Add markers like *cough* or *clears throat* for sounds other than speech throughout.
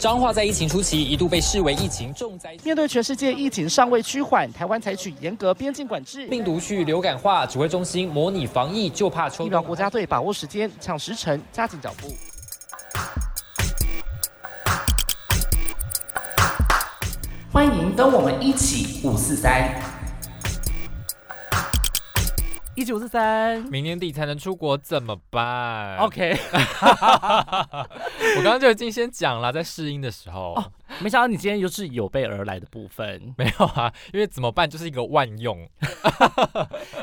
彰化在疫情初期一度被视为疫情重灾。面对全世界疫情尚未趋缓，台湾采取严格边境管制，病毒去流感化，指挥中心模拟防疫，就怕抽。疫苗国家队把握时间，抢时辰，加紧脚步。欢迎跟我们一起五四三。一九四三明年底才能出国怎么办，OK，我刚刚就已经先讲了，在试音的时候、哦 *laughs* 没想到你今天又是有备而来的部分。没有啊，因为怎么办就是一个万 *laughs* 用，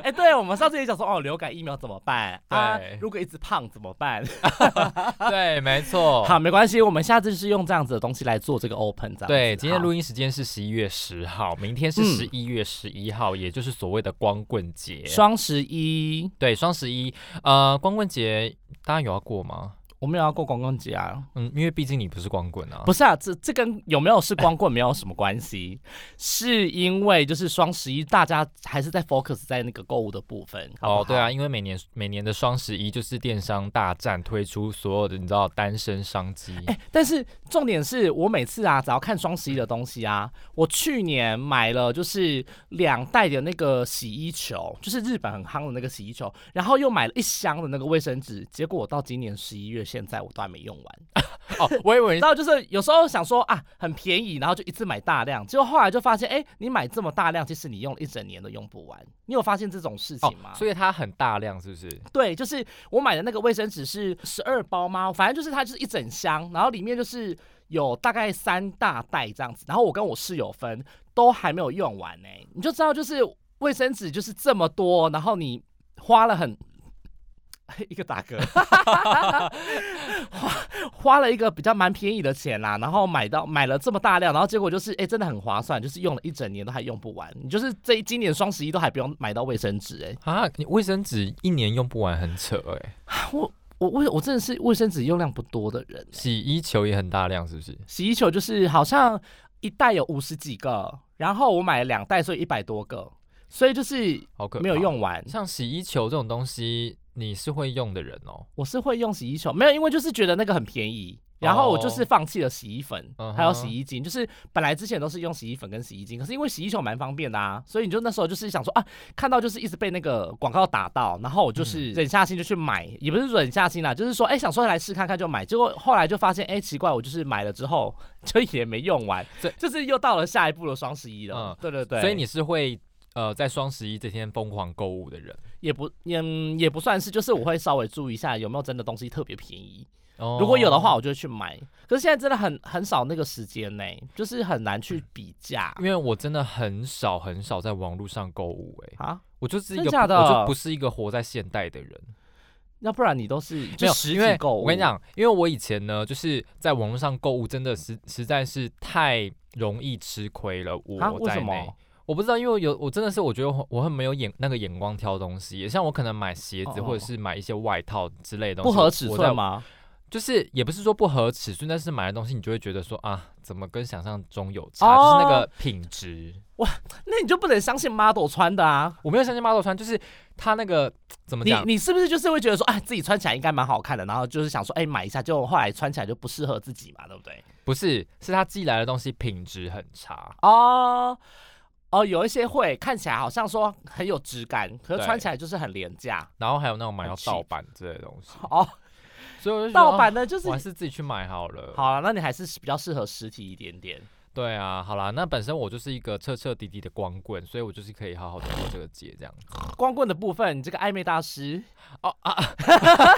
哎、对我们上次也讲说，哦，流感疫苗怎么办？啊对，如果一直胖怎么办？对，没错。好，没关系，我们下次是用这样子的东西来做这个 open 这样子。对，今天好录音时间是十一月十号，明天是嗯十一月十一号，也就是所谓的光棍节。双十一，对，双十一，呃，光棍节大家有要过吗？我们也要过光棍节啊。嗯，因为毕竟你不是光棍啊。不是啊，这这跟有没有是光棍没有什么 *laughs* 关系，是因为就是双十一大家还是在 focus 在那个购物的部分。好不好哦，对，啊，因为每年每年的双十一就是电商大战推出所有的，你知道单身商机。哎、但是重点是我每次啊，只要看双十一的东西啊，我去年买了就是两袋的那个洗衣球，就是日本很夯的那个洗衣球，然后又买了一箱的那个卫生纸，结果我到今年十一月现在我都还没用完。哦，我以为然后就是有时候想说啊，很便宜，然后就一次买大量，结果后来就发现，哎、你买这么大量，其实你用了一整年都用不完。你有发现这种事哦情吗？，所以它很大量，是不是？对，就是我买的那个卫生纸是十二包吗？反正就是它就是一整箱，然后里面就是有大概三大袋这样子。然后我跟我室友分，都还没有用完呢、你就知道就是卫生纸就是这么多，然后你花了很。一个打嗝， *laughs* 花花了一个比较蛮便宜的钱啦，然后买到买了这么大量，然后结果就是哎、真的很划算，就是用了一整年都还用不完，你就是这一今年双十一都还不用买到卫生纸哎、啊，你卫生纸一年用不完，很扯哎、我我卫我真的是卫生纸用量不多的人欸、洗衣球也很大量，是不是？洗衣球就是好像一袋有五十几个，然后我买了两袋，所以一百多个，所以就是好可怕没有。用完。像洗衣球这种东西，你是会用的人哦。我是会用洗衣球，没有，因为就是觉得那个很便宜。然后我就是放弃了洗衣粉哦嗯哼还有洗衣精，就是本来之前都是用洗衣粉跟洗衣精，可是因为洗衣球蛮方便的啊，所以你就那时候就是想说啊，看到就是一直被那个广告打到，然后我嗯就是忍下心就去买，也不是忍下心啦，就是说哎想说来试看看就买，结果后来就发现哎奇怪，我就是买了之后就也没用完对，就是又到了下一步的双十一了嗯，对对对，所以你是会呃在双十一这天疯狂购物的人。也不也嗯也不算是，就是我会稍微注意一下有没有真的东西特别便宜，哦如果有的话，，我就会去买。可是现在真的很很少那个时间呢、就是很难去比价嗯因为我真的很少很少在网络上购物哎、啊。我就是一真个假的我就不是一个活在现代的人。要不然你都是就没有，实因为体购物。我跟你，讲，因为我以前呢，就是在网络上购物，真的实实在是太容易吃亏了。我啊为在什么内，我不知道，因为我有我真的是我觉得我我很没有眼那个眼光挑东西，像我可能买鞋子哦或者是买一些外套之类的东不西，合尺我寸在？吗？就是也不是说不合尺寸，但是买的东西你就会觉得说啊，怎么跟想象中有差，就是那哦个品质。那你就不能相信 model 穿的啊。我没有相信 model 穿，就是它那个怎么你讲？你是不是就是会觉得说，哎，自己穿起来应该蛮好看的，然后就是想说，哎，买一下，就后来穿起来就不适合自己嘛，对不对？不是，是它寄来的东西品质很差。哦哦，有一些会看起来好像说很有质感，可是对穿起来就是很廉价。然后还有那种买很到 cheap 盗版之类的东西，哦，所以我就觉得盗啊版的就是我还是自己去买好了。，好了，那你还是比较适合实体一点点。对啊，好啦，那本身我就是一个彻彻底底的光棍，所以我就是可以好好的过这个节 *laughs* 这样。光棍的部分，你这个暧昧大师，哦啊， *laughs*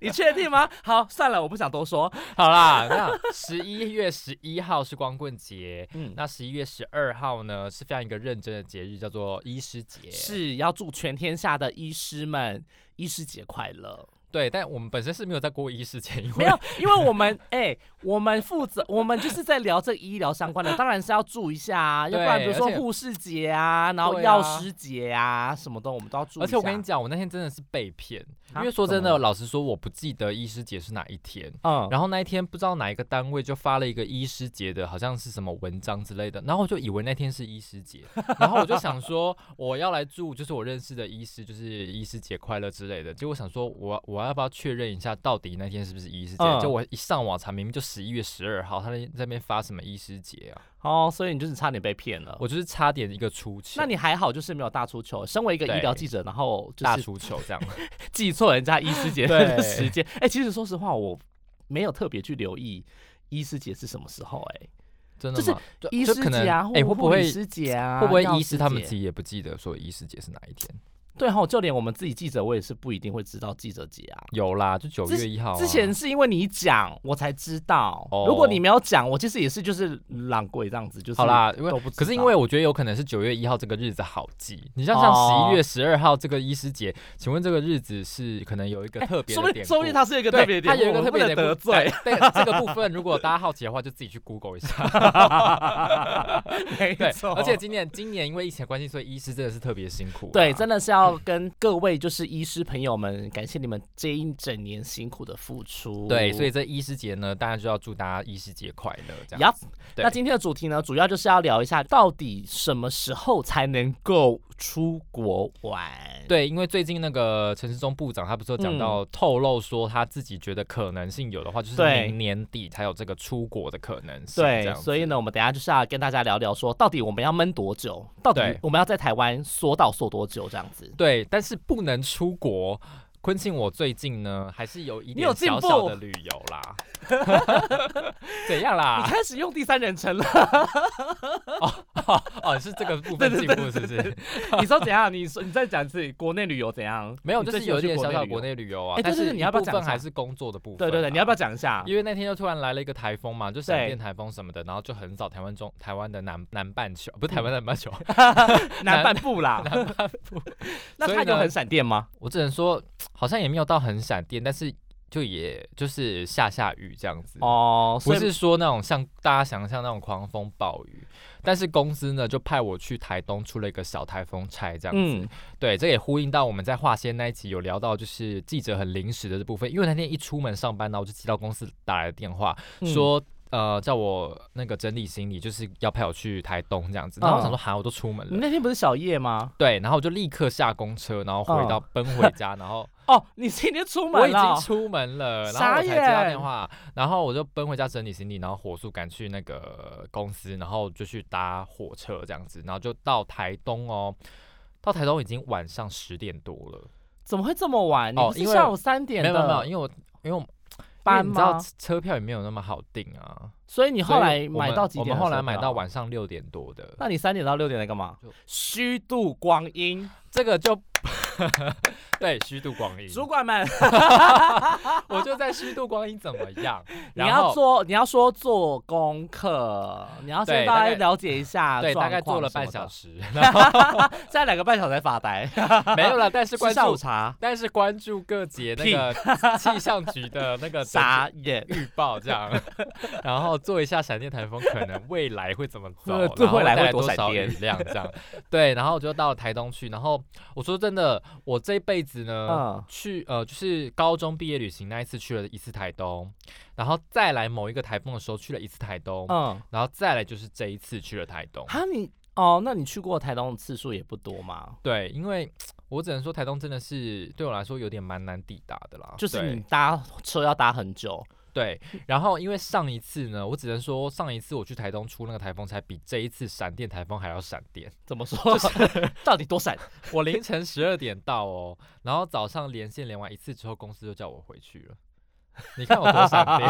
你确定吗？好，算了，我不想多说。好啦，那十一月十一号是光棍节， *laughs* 嗯，那十一月十二号呢是非常一个认真的节日，叫做医师节。，是要祝全天下的医师们医师节快 *laughs* 乐。对，但我们本身是没有在过医师节，因为没有，因为我们 *laughs* 哎、我们负责，我们就是在聊这医疗相 *laughs* 关的，当然是要注意一下啊，要不然比如对而说且护士节啊，然后对啊药师节啊，什么的我们都要注意一下。而且我跟你讲，我那天真的是被骗，因为说真的，老实说，我不记得医师节是哪一天。嗯，然后那一天不知道哪一个单位就发了一个医师节的，好像是什么文章之类的，然后我就以为那天是医师节， *laughs* 然后我就想说我要来祝就是我认识的医师就是医师节快乐之类的，结果想说我我要不要确认一下到底那天是不是医师节？嗯就我一上网查，明明就十一月十二号，他在那边发什么医师节啊？哦，所以你就是差点被骗了。我就是差点一个出糗，哦那你还好，就是没有大出糗。身为一个医疗对记者，然后就大是出糗这样。 *laughs* 记错人家医师节对的时间。哎、其实说实话，我没有特别去留意医师节是什么时候、哎，真的就是吗？就医就师可能节啊，哎、护会不护理会师节啊，会不会药医师他们节自己也不记得说医师节是哪一天？对吼，就连我们自己记者，我也是不一定会知道记者节啊。有啦，就九月一号啊、之前是因为你讲，我才知道。哦如果你没有讲，我其实也是就是懒鬼这样子，就是好啦，因都为不知道。可是因为我觉得有可能是九月一号这个日子好记，你像像哦十一月十二号这个医师节，请问这个日子是可能有一个特别哎说的不典故？定说不定他是一个对特别的它典有故，一个我特们别不能典故得罪。。对对这个部分，如果大家好奇的话，就自己去 Google 一 *laughs* 下。没 *laughs* 对，错，而且今年今年因为疫情的关系，所以医师真的是特别辛苦啊、对，真的是要跟各位就是医师朋友们，感谢你们这一整年辛苦的付出。对，所以这医师节呢，大家就要祝大家医师节快乐，这样。呀，对那今天的主题呢，主要就是要聊一下，到底什么时候才能够出国玩？对，因为最近那个陈世忠部长他不是有讲到透露说他自己觉得可能性有的话，就是嗯对明年底才有这个出国的可能性。这对，样子所以呢，我们等一下就是要跟大家聊聊说，到底我们要闷多久？到底对我们要在台湾缩到缩多久？这样子。对，但是不能出国。昆庆，我最近呢还是有一有点进小步小的旅游啦，怎样 *laughs* 你啦？ *laughs* 开始用第三人 *laughs* 称了，哦，是这个部分进步是不是？你说怎样？你说你再讲一次国内旅游怎样？没有，你就最是近有一去点小小国国内旅内游。旅游啊。哎对但对对是你一要不要部讲一分还下是工作的部分？对对对，你要不要要？讲一下？因为那天就突然来了一个台风嘛，就闪对电台风什么的，然后就横扫台湾中台湾的南南半球，不是台湾南半球， *laughs* 南半部啦，南半部。 *laughs* 那所以它有呢很闪电吗？我只能说好像也没有到很闪电，但是就也就是下下雨这样子。哦，不所以是说那种像大家想象那种狂风暴雨，但是公司呢就派我去台东出了一个小台风差这样子。嗯，对，这也呼应到我们在划线那一集有聊到，就是记者很临时的这部分，因为那天一出门上班呢，我就接到公司打来的电话，嗯说呃叫我那个整理行李，就是要派我去台东这样子。然后我想说，哈，我都出门你了。嗯那天不是小夜吗？对，然后我就立刻下公车，然后嗯回到奔回家，然后哦，你今天出嗯我门已了经。出门了，然后傻我才接到眼电话，然后我就奔回家整理行李，然后火速赶去那个公司，然后就去搭火车这样子，然后就到台东哦。到台东已经晚上十点多了，怎么会这么晚？你哦不是因为下午三点没的有没有没有，因为我因为我因为班你知道吗？车车票也没有那么好订啊。所以你后所以来我买们到几我点？们后来买到。晚上六点多的，哦那你三点到六点在干嘛就？虚度光阴，这个就 *laughs* 对虚度光阴，主 *laughs* 管们，我就在虚度光阴怎么样？ *laughs* 你然要后做，你要说做功课，你要先对大大概概了解一下对，大概状况做了什么半小的，时， *laughs* 现在两个半小时才发呆，没有了，但 *laughs* 是吃关下午注。 *laughs* 茶，但是关注各节那屁个 *laughs* 气象局的那个傻 *laughs* 眼。预报这样，然后做一下闪电台风可能未来会怎么走， *laughs* 呃然这后未来会带来多多闪少电雨量这样， *laughs* 对，然后我就到了台东去，然后我说真的，我这一辈子呢，嗯，去呃就是高中毕业旅行那一次去了一次台东，然后再来某一个台风的时候去了一次台东，嗯，然后再来就是这一次去了台东，哈你哦，那你去过台东的次数也不多嘛？对，因为我只能说台东真的是对我来说有点蛮难抵达的啦，就是哦对你搭车要搭很久，对，然后因为上一次呢，我只能说上一次我去台东出那个台风，才比这一次闪电台风还要闪电。怎么说？到底多闪？ *laughs* 我凌晨十二点到哦，然后早上连线连完一次之后，公司就叫我回去了。你看我多闪 *laughs* 电。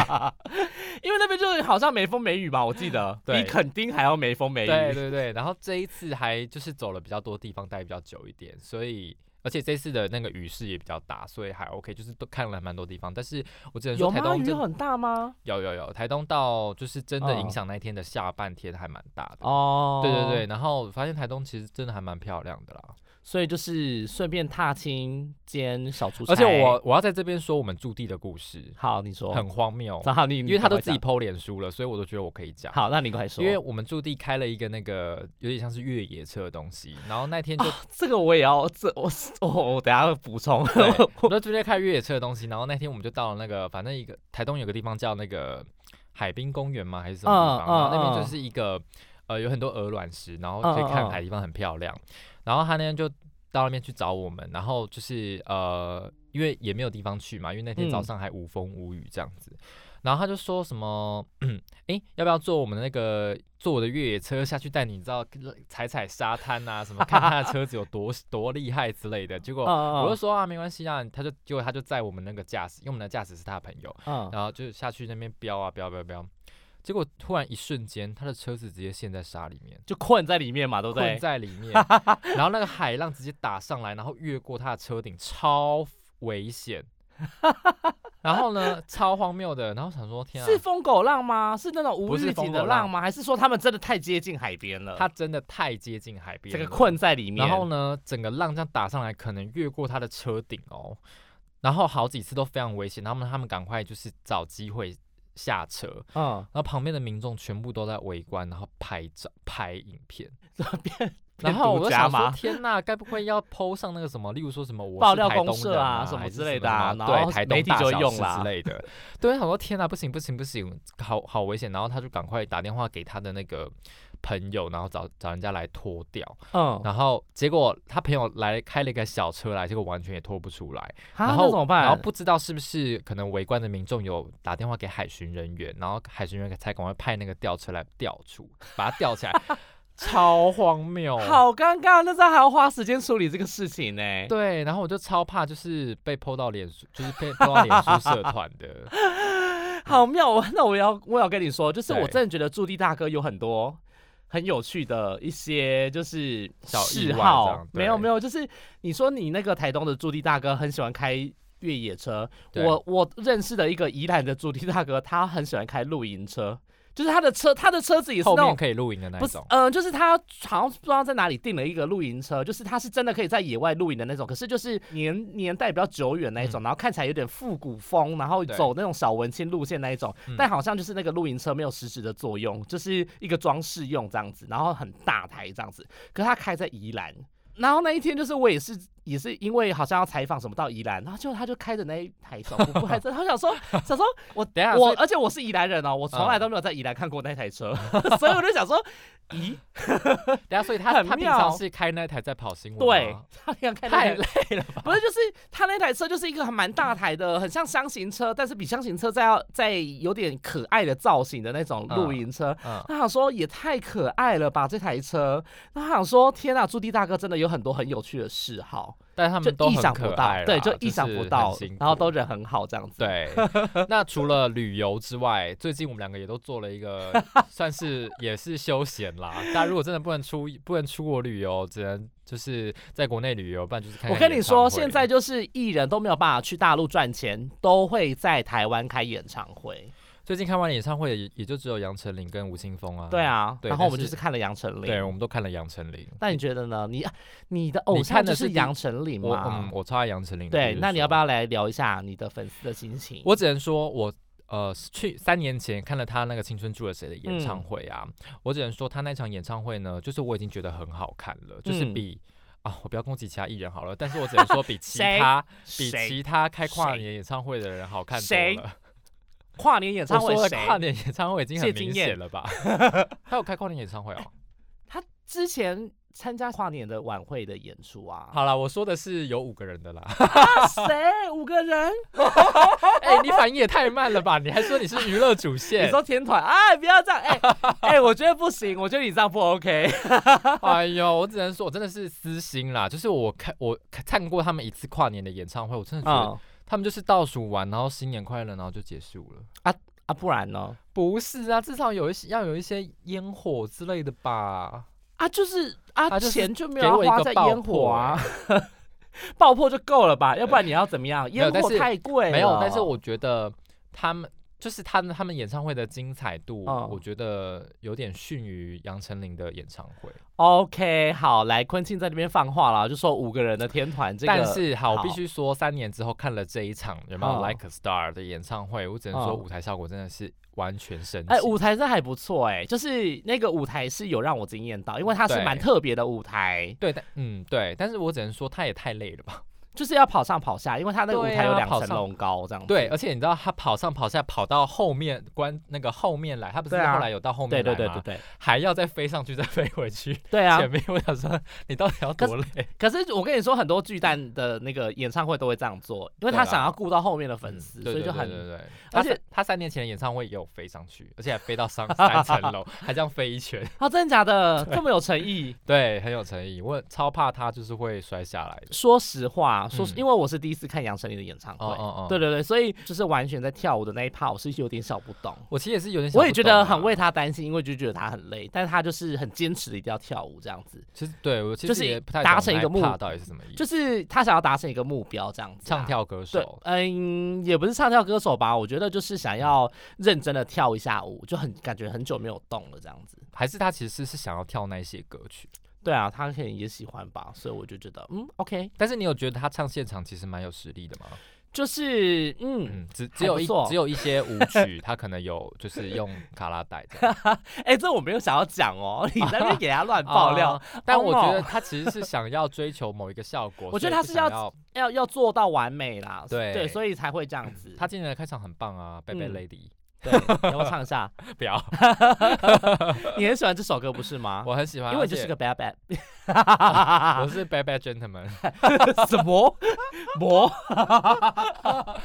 因为那边就是好像没风没雨吧，我记得 *laughs* 比对垦丁还要没风没雨。对对对，然后这一次还就是走了比较多地方，待比较久一点，所以而且这次的那个雨势也比较大，所以还 OK，就是都看了蛮多地方。但是我只能有说台吗？东雨真很大吗？有有有，台东到就是真的哦影响那一天的下半天还蛮大的。哦对对对，，然后发现台东其实真的还蛮漂亮的啦，所以就是顺便踏青兼小出差。而且我我要在这边说我们驻地的故事好，你说，很荒谬，好，你因为他都自己哦你赶快 PO 脸书了，所以我都觉得我可以讲讲。好，那你快说，因为我们驻地开了一个那个有点像是越野车的东西，然后那天就这个我也要，这我是哦，我等一下会补充。 *laughs* 对， *laughs* 我就直接开越野车的东西。然后那天我们就到了那个，反正一个台东有个地方叫那个海滨公园嘛，还是什么地方？嗯然后那边嗯就是一个呃有很多鹅卵石，然后可以看海，地方很漂亮。然后他那天就到那边去找我们，然后就是呃，因为也没有地方去嘛，因为那天早嗯上还无风无雨这样子。然后他就说什么， *clears throat* 哎、要不要坐我们的那个坐我的越野车下去带你，你知道踩踩沙滩啊，什么看他的车子有多 *laughs* 多厉害之类的。结果嗯我就说啊，没关系啊，他就结果他就载我们那个驾驶，因为我们的驾驶是他的朋友，嗯，然后就下去那边飙啊飙飙飙，结果突然一瞬间，他的车子直接陷在沙里面，就困在里面嘛，对不困对？在里面，然后那个海浪直接打上来，然后越过他的车顶，超危险。然后呢，超荒谬的，然后想说天啊，是疯狗浪吗？是那种无不是预疯警的狗浪浪吗？还是说他们真的太接近海边了？他真的太接近海边整了，个困在里面，然后呢，整个浪这样打上来，可能越过他的车顶哦。然后好几次都非常危险，他们他们赶快就是找机会下车，嗯，然后旁边的民众全部都在围观，然后拍照拍影片。变然后我就变独家想说，嘛，天呐，该不会要 PO 上那个什么，例如说什么我是爆料台东公社人啊啊什么还是之类什的啊什么然对后台媒东体大就小用事啦之类的。对，想说天呐，不行不行不行好好危险。然后他就赶快打电话给他的那个朋友，然后找找人家来脱掉。嗯，然后结果他朋友来开了一个小车来，结果完全也拖不出来。然然后啊怎么办？然后不知道是不是可能围观的民众有打电话给海巡人员，然后海巡人员才赶快派那个吊车来吊出，把它 *laughs* 吊起来，超荒谬。好尴尬，那这样还要花时间处理这个事情呢、对，然后我就超怕，就是被泼到脸书，就是被泼到脸书社团 *laughs* 的。好妙！我那我要我要跟你说，就是对我真的觉得驻地大哥有很多很有趣的一些就是小意嗜外这好样，对没有没有，就是你说你那个台东的驻地大哥很喜欢开。越野车，对我我认识的一个宜兰的驻地大哥，他很喜欢开露营车，就是他的车，他的车子也是后那面种可以露营的那不一是种，，嗯、就是他好像不知道在哪里订了一个露营车，就是他是真的可以在野外露营的那种，可是就是年年代比较久远那一种，然后看起来有点复古风，然后嗯对走那种小文青路线那一种嗯，但好像就是那个露营车没有实质的作用，就是一个装饰用这样子，然后很大台这样子，可是他开在宜兰，然后那一天就是我也是。也是因为好像要采访什么到宜兰，然后就他就开着那一台小瀑布 *laughs* 开着，他想说想说我等一下我啊所以啊而且我是宜兰人哦，我从来都没有在宜兰看过那台车， *laughs* 所以我就想说，咦，等一下，所以他很他平妙常是开那台在跑新闻对吗，他那样开那太 *laughs* 台累了吧？不是，就是他那台车就是一个很蛮大台的，很像箱型车，但是比箱型车再要再有点可爱的造型的那种露营车。嗯，他想说也太可爱了吧这台车，那他想说天啊呐，朱棣大哥真的有很多很有趣的嗜好，但是他就们都意很想可不爱到，啦，对，就意想是不很到辛，然后苦都人很好这样子。对，那除了旅游之外，最近我们两个也都做了一个， *laughs* 算是也是休闲啦。大家如果真的不能出不能出国旅游，只能就是在国内旅游，不然就是看我看跟演你唱说，会现在就是艺人都没有办法去大陆赚钱，都会在台湾开演唱会。最近看完演唱会也也就只有杨丞琳跟吴青峰啊。对，啊，对然后我们但就是是看了杨丞琳。对，我们都看了杨丞琳。那你觉得呢？你啊你的偶你看像的就是是第杨丞琳我嘛嗯，？我超爱杨丞琳的。对必，须那你要说不要来聊一下你的粉丝的心情？我只能说我。呃，去三年前看了他那个《青春住了谁》的演唱嗯会啊，我只能说他那场演唱会呢，就是我已经觉得很好看了，就是嗯比、啊，我不要攻击其他艺人好了，但是我只能说比 *laughs* 其谁他比谁其他开跨谁年演唱会的人好看多谁了。跨年演我唱会说的谁？跨年演唱会已经很谢金明燕显了吧？他有开跨年演唱会哦。他之前参加跨年的晚会的演出 *laughs* 啊， *laughs* 好啦，我说的是有五个人的啦。啊谁五个人？哎、你反应也太慢了吧？你还说你是娱乐主线你？说天团？哎，不要这 *laughs* 样！哎哎，我觉得不行，我觉得你这样不 OK。 *laughs* 哎呦，我只能说，我真的是私心啦。就是我看我看过他们一次跨年的演唱会，我真的觉得嗯他们就是倒数完，然后新年快乐，然后就结束了。啊，不然呢？不是啊，至少有一些要有一些烟火之类的吧。啊，就是啊，啊就是钱就没给有我一要花个在爆烟火破欸啊，爆破就够了吧？要不然你要怎么样？没有烟但火是太贵了。没有，但是我觉得他们就是他们他们演唱会的精彩度，嗯我觉得有点逊于杨丞琳的演唱会。 OK，好，来，昆庆在那边放话了，就说五个人的天团这个，但是好，我必好须说，三年之后看了这一场有没有嗯 Like a Star 的演唱会，我只能说嗯舞台效果真的是完全升级。哎、舞台真的还不错哎、就是那个舞台是有让我惊艳到，因为它是对蛮特别的舞台，对，但嗯对，但是我只能说他也太累了吧？就是要跑上跑下，因为它那个舞对台有啊两跑层上楼高这样子。对，而且你知道他跑上跑下跑到后面关那个后面来，他不是对啊后来有到后面来对对吗？对对对还要再飞上去再飞回去。对啊！前面我想说你到底要可多累？可是我跟你说，很多巨蛋的那个演唱会都会这样做，因为对他啦想要顾到后面的粉嗯丝，对所对以就对很对对对而他且三他三年前的演唱会也有飞上去，而且还飞到上三层 *laughs* 楼，还这样飞一圈，啊，真的假的？这么有诚意？对，很有诚意。我超怕他就是会摔下来的。说实话，说实嗯因为我是第一次看杨丞琳的演唱会，哦哦哦对对对，所以就是完全在跳舞的那一趴，我是有点小不懂。我其实也是有点想不懂啊、我也觉得很为他担心，因为就觉得他很累，但他就是很坚持的一定要跳舞这样子，其实对我其就实是也不太达懂成一那个目怕到底是什么意思？就是他想要达成一个目标这样子、啊唱。跳歌对手，，嗯，也不是唱跳歌手吧，我觉得就是想要认真的跳一下舞，就很感觉很久没有动了这样子。还是他其实是想要跳那些歌曲？对啊，他可能也喜欢吧，所以我就觉得，嗯，OK，但是你有觉得他唱现场其实蛮有实力的吗？就是嗯，嗯，只还只有不一错只有一些舞曲，他可能有就是用卡拉带这样哎、这我没有想要讲哦，你在那边给他乱 *laughs* 爆料，哦啊但我觉得 no 他其实是想要追求某一个效果。 *laughs* 我觉所以得他就是想要要要要做到完美啦，对对，所以才会这样子。他今年的开场很棒啊，贝贝嗯啊 Lady，对，你要不要唱一下？不要， *laughs* 你很喜欢这首歌不是吗？我很喜欢，因为而你就是且个 bad bad， *laughs* 我是 Bad Bad Gentleman。什么 *laughs* 魔？哦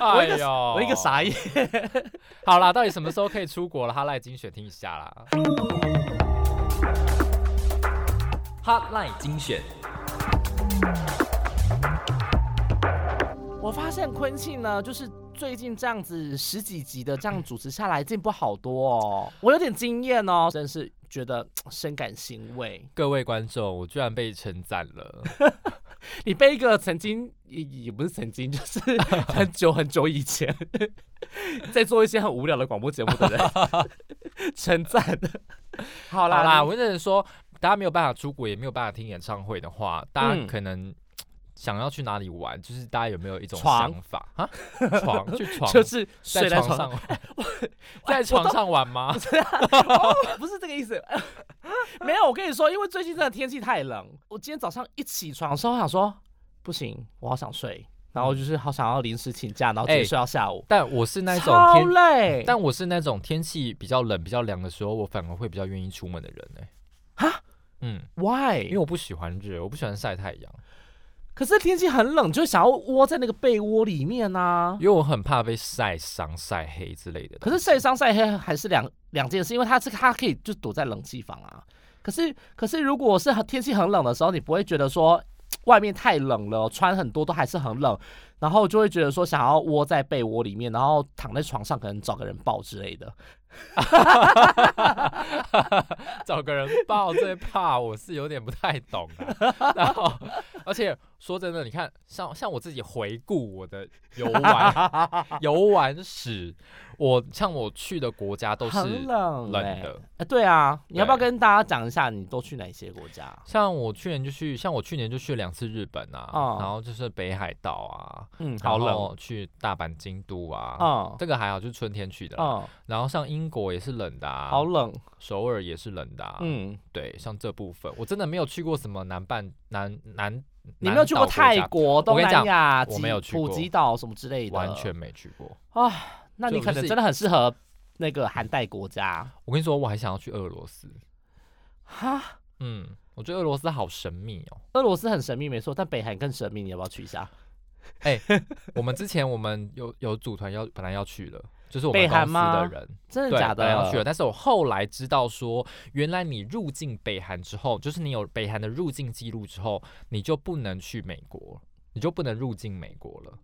我哎一个呦， *laughs* 我一个傻眼。好啦，到底什么时候可以出国了？哈赖精选听一下啦。哈赖精选，我发现昆庆呢，就是最近这样子十几集的这样主持下来，进步好多哦，我有点惊艳哦，真是觉得深感欣慰。各位观众，我居然被称赞了。你被一个曾经也也不是曾经，就是 *laughs* 很久很久以前 *laughs* 在做一些很无聊的广播节目的人 *laughs* 称赞。 *laughs* 好好啦啦，你我只能说，大家没有办法出国，也没有办法听演唱会的话，大嗯家可能。想要去哪里玩？就是大家有没有一种床想法啊？ *laughs* 床去床，就是在睡在床床 *laughs* 上，在床上玩 *laughs* 吗？哦不是这个意思，没有。我跟你说，因为最近真的天气太冷，我今天早上一起床的时候，我想说不行，我好想睡，然后就是好想要临时请假，然后直接哎睡到下午，但我是那种超天累。但我是那种天气比较冷、比较凉的时候，我反而会比较愿意出门的人哎、哈嗯， why？因为我不喜欢热，我不喜欢晒太阳，可是天气很冷，就想要窝在那个被窝里面啊因。为我很怕被晒伤、晒黑之类的可东西。*laughs* 是晒伤晒黑还是两两件事，因为它是它可以就躲在冷气房啊。可是可是如果是很天气很冷的时候，你不会觉得说外面太冷了，穿很多都还是很冷，然后就会觉得说想要窝在被窝里面，然后躺在床上可能找个人抱之类的。找个人抱最怕，我是有点不太懂、 *laughs* 啊。然后，而且说真的，你看，像像我自己回顾我的游玩 *laughs* 游玩史，我像我去的国家都是很冷、欸，冷的呃对啊，你要不要对跟大家讲一下你都去哪些国家？像我去年就去，像我去年就去了两次日本啊，哦然后就是北海道啊，嗯，然好冷后去大阪、京都啊，嗯这个还好，就是春天去的啦。嗯，然后像英国也是冷的啊，好冷，首尔也是冷的啊。嗯，对，像这部分我真的没有去过什么南半南南，你没有去过泰南岛国国、我东跟你南讲亚、我吉没有去普过吉岛什么之类家，的？完全没去过。啊，那就你可就能是真的很适合那个寒带国家我跟你说，我还想要去俄罗斯。哈。嗯，我觉得俄罗斯好神秘哦。俄罗斯很神秘，没错，但北韩更神秘，你要不要去一下？我们之前我们有有组团要本来要去的，就是我北们公韩司吗的人，真的对，假本的？来要去了，但是我后来知道说，原来你入境北韩之后，就是你有北韩的入境记录之后，你就不能去美国，你就不能入境美国了。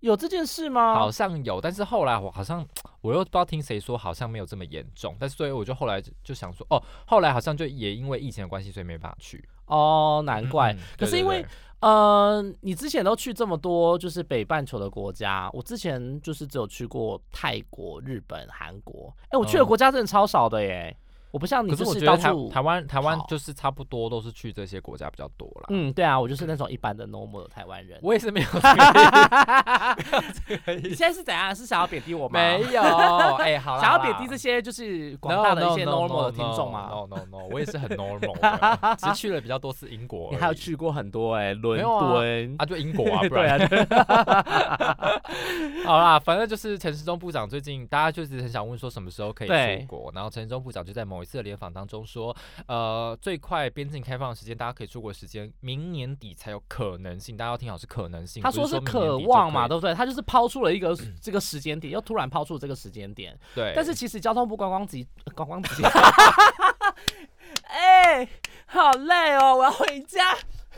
有这件事吗？好像有，但是后来我好像我又不知道听谁说，好像没有这么严重。但是所以我就后来就就想说，哦，后来好像就也因为疫情的关系，所以没办法去。哦，难怪。嗯可是因为，对对对呃，你之前都去这么多就是北半球的国家，我之前就是只有去过泰国、日本、韩国。哎、我去的嗯国家真的超少的耶。我不像你可是就我觉到得台处台湾台湾跑就是差不多都是去这些国家比较多啦。嗯，对啊，我就是那种一般的 normal 的台湾人。我也 *laughs* 是没有这个你现在是怎样？是想要贬低我意吗？没有，哎、好啦，想要好贬啦低这些就是广大的一些 normal 的听众啊？No 吗？no *laughs* no，我也是很 normal，的只是去了比较多次英国而已。你还有去过很多哎，伦没有啊敦。啊？就英国啊，不 *laughs* 对然。啊，对好啦，反正就是陈时中部长最近大家就是很想问说什么时候可以对出国，然后陈时中部长就在某一次的联访当中说，呃，最快边境开放的时间，大家可以出国的时间，明年底才有可能性，大家要听好是可能性，他不是说是明年渴底就望嘛，可以对不对？他就是抛出了一个 *coughs* 这个时间点，又突然抛出了这个时间点。对， *laughs* 但是其实交通部观光局观光局， *laughs* 哎，好累哦，我要回家。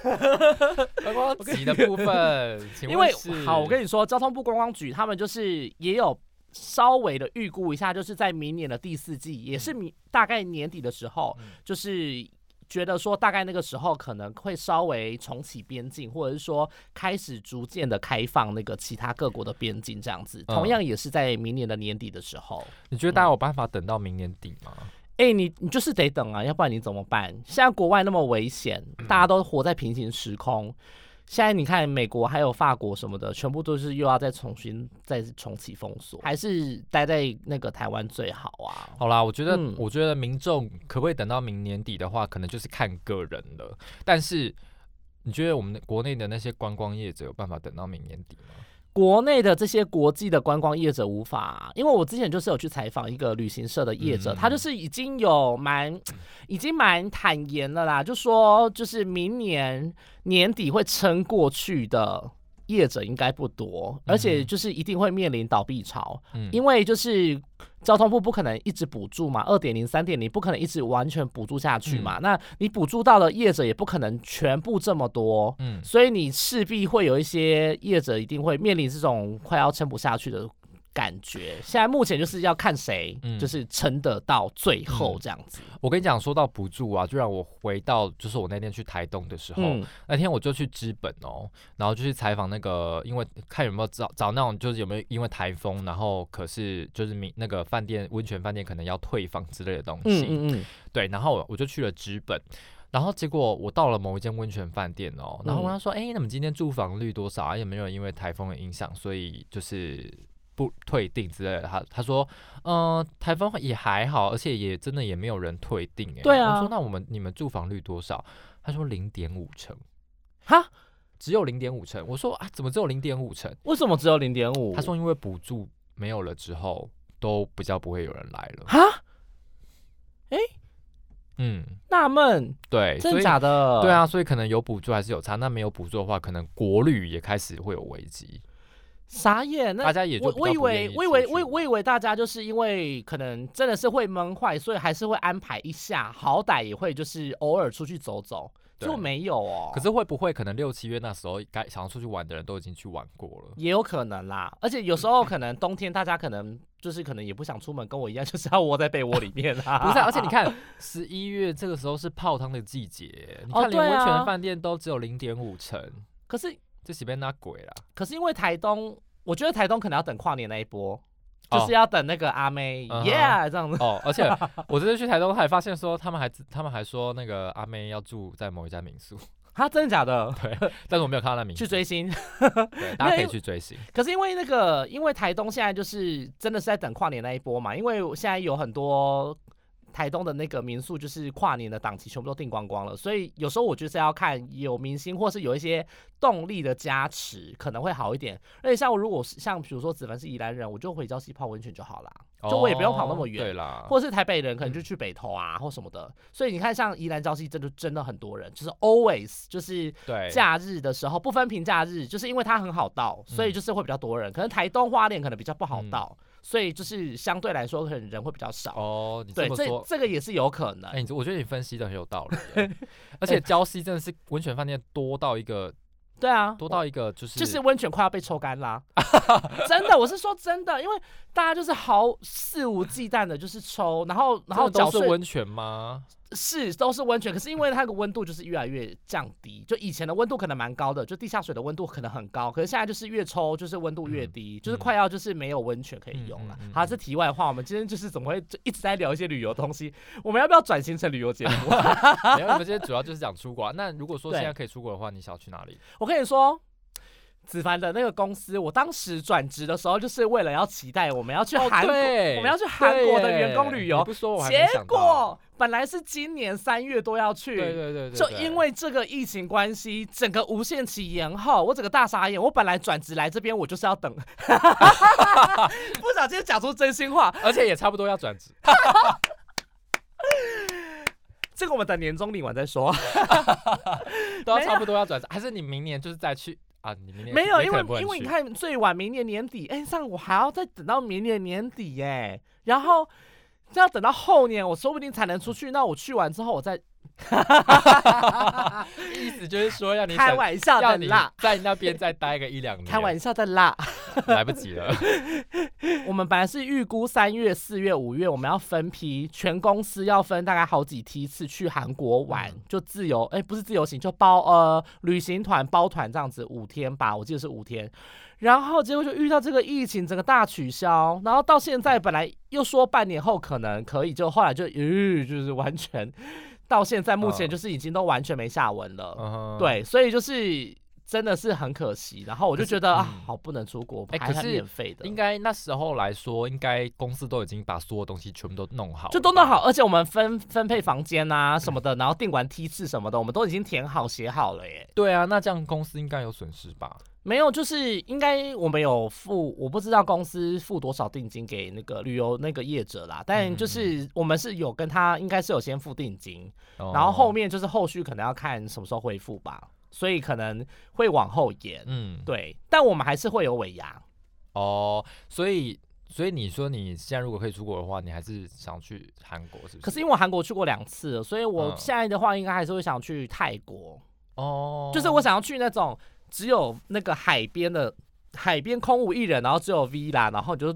观 *laughs* 光局的部分，请因为问是好，我跟你说，交通部观光局他们就是也有稍微的预估一下，就是在明年的第四季，也是明大概年底的时候，嗯就是。觉得说大概那个时候可能会稍微重启边境，或者是说开始逐渐的开放那个其他各国的边境这样子，嗯同样也是在明年的年底的时候。你觉得大家有办法等到明年底吗？哎、你你就是得等啊，要不然你怎么办？现在国外那么危险，大家都活在平行时空。现在你看美国还有法国什么的，全部都是又要再重新再重启封锁，还是待在那个台湾最好啊。好啦，我觉得，嗯我觉得民众可不可以等到明年底的话，可能就是看个人了。但是，你觉得我们的国内的那些观光业者有办法等到明年底吗？国内的这些国际的观光业者无法、因为我之前就是有去采访一个旅行社的业者，嗯他就是已经有蛮，已经蛮坦言了啦，就说就是明年年底会撑过去的业者应该不多，嗯而且就是一定会面临倒闭潮，嗯，因为就是交通部不可能一直补助嘛，二点零、三点零不可能一直完全补助下去嘛，那你补助到的业者也不可能全部这么多，嗯，所以你势必会有一些业者一定会面临这种快要撑不下去的感觉。现在目前就是要看谁，嗯就是撑得到最后这样子。我跟你讲，说到补助啊，就让我回到就是我那天去台东的时候，嗯，那天我就去知本哦，然后就去采访那个，因为看有没有找找那种就是有没有因为台风，然后可是就是民那个饭店温泉饭店可能要退房之类的东西，嗯嗯嗯，对，然后我就去了纸本，然后结果我到了某一间温泉饭店哦，然后嗯他说，哎、那么今天住房率多少啊？有没有因为台风的影响，所以就是不退订之类的？他他说，嗯、台风也还好，而且也真的也没有人退订哎。对我啊说那我们你们住房率多少？他说零点五成，哈，只有零点五成。我说啊，怎么只有零点五成？为什么只有零点五？他说因为补助没有了之后，都比较不会有人来了。哈，嗯，纳闷，对，所真以假的？对，啊，所以可能有补助还是有差。那没有补助的话，可能国旅也开始会有危机，傻眼。大那家也就我比我较以不愿为意我以为出去我以我以为大家就是因为可能真的是会闷坏，所以还是会安排一下，好歹也会就是偶尔出去走走，对就没有哦。可是会不会可能六七月那时候该想要出去玩的人都已经去玩过了？也有可能啦，而且有时候可能冬天大家可能就是可能也不想出门，跟我一样 *laughs* 就是要窝在被窝里面啊。不是、啊，而且你看 *laughs* 十一月这个时候是泡汤的季节，你哦看连对温啊泉饭店都只有零点五成， *laughs* 可是这随便那鬼啦。可是因为台东，我觉得台东可能要等跨年那一波，哦就是要等那个阿妹耶、嗯哼 yeah, 这样子。 *laughs* 哦，而且我这次去台东还发现说，他们还他们还说那个阿妹要住在某一家民宿，哈，真的假的？但是我没有看到那民宿。去追星，对，大家可没以有去追星。可是因为那个，因为台东现在就是真的是在等跨年那一波嘛，因为我现在有很多台东的那个民宿，就是跨年的档期全部都订光光了，所以有时候我就是要看有明星或是有一些动力的加持，可能会好一点。而且像我如果是像比如说子凡是宜兰人，我就回礁溪泡温泉就好啦，就我也不用跑那么哦远对啦，或是台北人可能就去北投啊、或什么的。所以你看，像宜兰礁溪真的真的很多人，就是 always 就是对，假日的时候不分平假日，就是因为它很好到，嗯所以就是会比较多人。可能台东花莲可能比较不好到，所以就是相对来说可能人会比较少。哦，你对这，么这说，这个也是有可能。哎、你这我觉得你分析的很有 *laughs* 道理耶，而且礁溪真的是温泉饭店多到一个对啊，多到一个就是就是温泉快要被抽干 *laughs* 啦，真的，我是说真的，因为大家就是毫肆无忌惮的，就是抽，然后然后这缴都是税 *laughs* 温泉吗？是都是温泉，可是因为它的温度就是越来越降低，就以前的温度可能蛮高的，就地下水的温度可能很高，可是现在就是越抽就是温度越低，就是快要就是没有温泉可以用了。嗯嗯嗯嗯好，这题外话，我们今天就是怎么会就一直在聊一些旅游东西？我们要不要转型成旅游节目？啊没有，我们今天主要就是讲出国啊。那如果说对现在可以出国的话，你想要去哪里？ *laughs* 我跟你说。子凡的那个公司，我当时转职的时候，就是为了要期待我们要去哦韩国，对我们要去韩国的对员工旅你游，不说我还没结想到果本来是今年三月多要去，对对对对，就对因为这个疫情关系，整个无限期延后，我整个大傻眼。我本来转职来这边，我就是要等， *laughs* 不小心讲出真心话。而且也差不多要转职，这个我们等年终领完再说。哎都要没有差不多要转职，还是你明年就是再去啊？你明年没有，也因可能不为能因为你去看，最晚明年年底，哎、这样我还要再等到明年年底耶、然后这要等到后年，我说不定才能出去。那我去完之后，我再意思就是说要你开等玩笑要的你啦，在那边再待个一两年，开玩笑的啦。来不及 *laughs* 了。我们本来是预估三月、四月、五月，我们要分批，全公司要分大概好几梯次去韩国玩，嗯就自由，哎、不是自由行，就包呃旅行团包团这样子，五天吧，我记得是五天。然后结果就遇到这个疫情，整个大取消，然后到现在本来又说半年后可能可以，就后来就咦、就是完全到现在目前嗯就是已经都完全没下文了。嗯，对，所以就是。真的是很可惜，然后我就觉得、可是啊嗯，好不能出国，哎还可是免费的，应该那时候来说，应该公司都已经把所有东西全部都弄好了吧，就都弄好，而且我们分分配房间啊什么的，然后订完梯次什么的，我们都已经填好写好了耶。对啊，那这样公司应该有损失吧？没有，就是应该我们有付，我不知道公司付多少定金给那个旅游那个业者啦，但嗯就是我们是有跟他应该是有先付定金，哦然后后面，面就是后续可能要看什么时候恢复吧，所以可能会往后延。嗯，对，但我们还是会有尾牙。哦，所以所以你说你现在如果可以出国的话，你还是想去韩国是不是？可是因为我韩国去过两次了，所以我嗯现在的话应该还是会想去泰国。哦，就是我想要去那种只有那个海边的海边空无一人，然后只有 V 啦，然后你就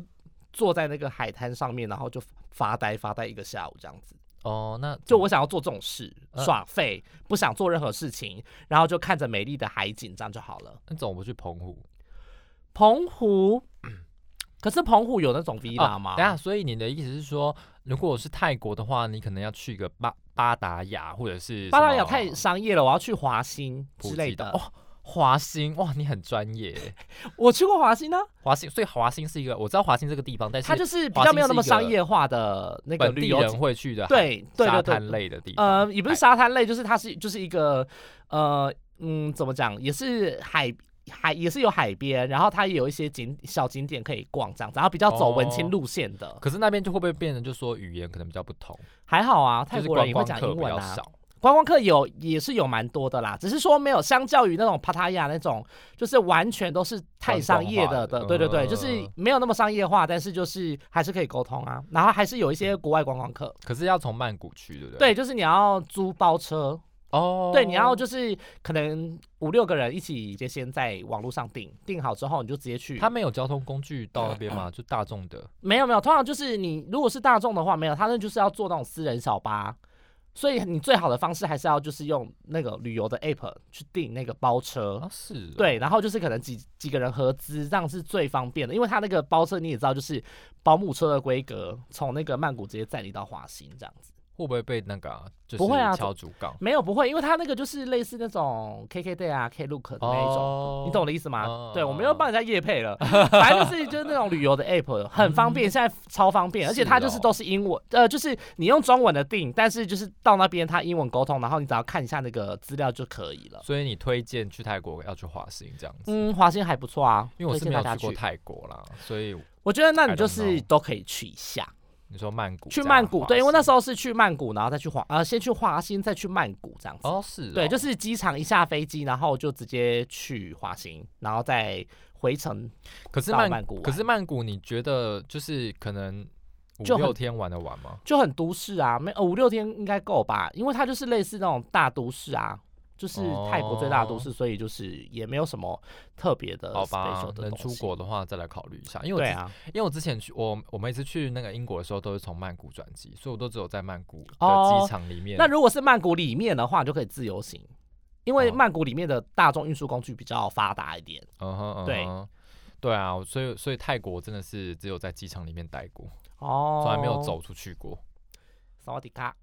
坐在那个海滩上面，然后就发呆发呆一个下午这样子。哦，那就我想要做这种事，嗯耍废，不想做任何事情，然后就看着美丽的海景，这样就好了。那怎么不去澎湖？澎湖，可是澎湖有那种 V 啦吗？哦等一下，所以你的意思是说，如果是泰国的话，你可能要去一个巴巴达雅或者是巴达什雅么太商业了，我要去华兴普之吉类岛的。哦，哦。华兴哇，你很专业。我去过华兴呢、华兴，所以华兴是一个我知道华兴这个地方，但是它就是比华较兴没有那是一么个商业化的那个本旅地游人会去的对对沙对对滩，类的地方。哎呃，也不是沙滩类，就是它是就是一个呃嗯，怎么讲，也是海海也是有海边，然后它也有一些景小景点可以逛这样子，然后比较走文青哦路线的，可是那边就会不会变成就说语言可能比较不同，还好啊，就泰是国人观也会光讲客英比文较啊，少。观光客有也是有蛮多的啦，只是说没有相较于那种帕塔亚那种，就是完全都是太商业的观光的，化的对对对，嗯就是没有那么商业化，但是就是还是可以沟通啊，然后还是有一些国外观光客，可是要从曼谷去，对不对？对，就是你要租包车，哦，对，你要就是可能五六个人一起，就先在网络上订，订好之后你就直接去。他们有交通工具到那边吗？就大众 *clears throat* 的没有没有，通常就是你如果是大众的话，没有，他那就是要坐那种私人小巴，所以你最好的方式还是要就是用那个旅游的 app 去订那个包车。啊，是哦对，然后就是可能几几个人合资，这样是最方便的，因为他那个包车你也知道，就是保姆车的规格，从那个曼谷直接载你到华兴这样子。会不会被那个啊就是不会啊敲竹杠没有不会，因为他那个就是类似那种 KK day 啊、Klook 的那一种，哦你懂我的意思吗？嗯对，嗯我们又帮人家夜配了， *laughs* 反正就是就是那种旅游的 app，很方便，现在超方便，而且嗯是它就是哦都是英文，呃，就是你用中文的订，但是就是到那边它英文沟通，然后你只要看一下那个资料就可以了。所以你推荐去泰国要去华兴这样子，嗯，华兴还不错啊，因为我推是荐没有大家去过去泰国啦，所以我觉得那 I 你 don't 就是 know 都可以去一下，你说曼谷去加曼谷，华对，因为那欣时候是去曼谷，然后再去华，呃，先去华兴，再去曼谷这样子。哦是哦，对，就是机场一下飞机，然后就直接去华兴，然后再回程可是到曼曼谷可是玩曼谷你觉得就是可能五就六很天玩得完吗？就很都市啊，没呃五六天应该够吧，因为它就是类似那种大都市啊，就是泰国最大的都市，所以就是也没有什么特别的哦好吧呃 special，的能东出西。国的话再来考虑一下，因为我对之啊，因为我之前去我我每次去那个英国的时候都是从曼谷转机，所以我都只有在曼谷的哦机场里面。那如果是曼谷里面的话，你就可以自由行，因为哦曼谷里面的大众运输工具比较发达一点。嗯哼，嗯对哼对啊，所以所以泰国真的是只有在机场里面待过，哦，从来没有。走出去过。萨瓦迪卡，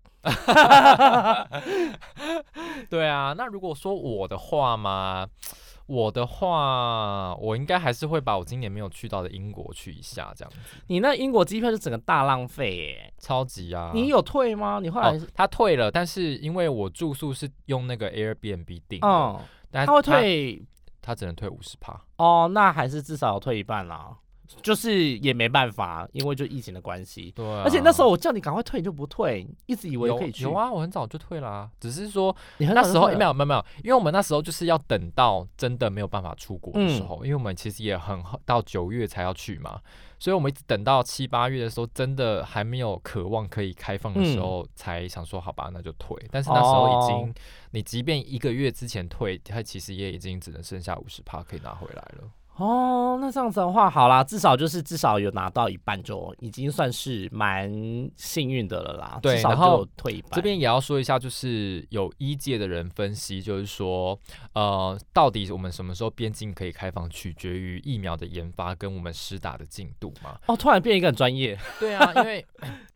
对啊，那如果说我的话嘛，我的话，我应该还是会把我今年没有去到的英国去一下，这样子你那英国机票是整个大浪费耶！超级啊。你有退吗？你后来哦，他退了，但是因为我住宿是用那个 Airbnb 订的，嗯，但他会，退他只能退五十趴。哦，那还是至少有退一半啦。就是也没办法，因为就疫情的关系。对啊、而且那时候我叫你赶快退，你就不退，一直以为有可以去。有，啊，我很早就退啦、只是说你很那早就时候退了没有没有没有，因为我们那时候就是要等到真的没有办法出国的时嗯候，因为我们其实也很后到九月才要去嘛，所以我们一直等到七八月的时候，真的还没有渴望可以开放的时嗯候，才想说好吧，那就退。但是那时候已经，哦你即便一个月之前退，它其实也已经只能剩下五十趴可以拿回来了。哦，那这样子的话，好啦，至少就是至少有拿到一半，就已经算是蛮幸运的了啦。对至少然后就有退一半。这边也要说一下，就是有医界的人分析，就是说，呃，到底我们什么时候边境可以开放，取决于疫苗的研发跟我们施打的进度嘛。哦，突然变一个很专业。对啊，因为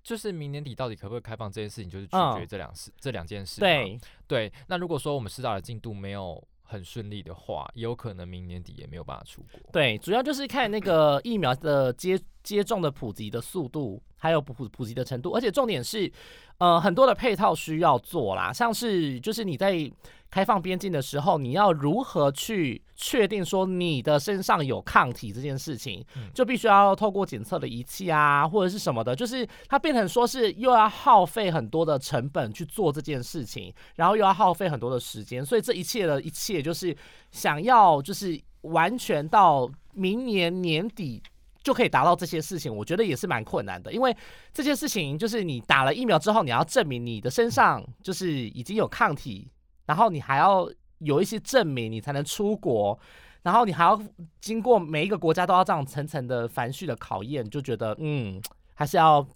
就是明年底到底可不可以开放这件事情，就是取决于嗯这两事、这两件事。对，对，那如果说我们施打的进度没有很顺利的话，也有可能明年底也没有办法出国。对，主要就是看那个疫苗的接接种的普及的速度，还有普普及的程度，而且重点是，呃，很多的配套需要做啦，像是就是你在开放边境的时候，你要如何去确定说你的身上有抗体这件事情嗯，就必须要透过检测的仪器啊，或者是什么的，就是它变成说是又要耗费很多的成本去做这件事情，然后又要耗费很多的时间，所以这一切的一切就是想要就是完全到明年年底。就可以达到这些事情，我觉得也是蛮困难的，因为这些事情就是你打了疫苗之后，你要证明你的身上就是已经有抗体，然后你还要有一些证明，你才能出国，然后你还要经过每一个国家都要这样层层的繁序的考验，就觉得嗯，还是要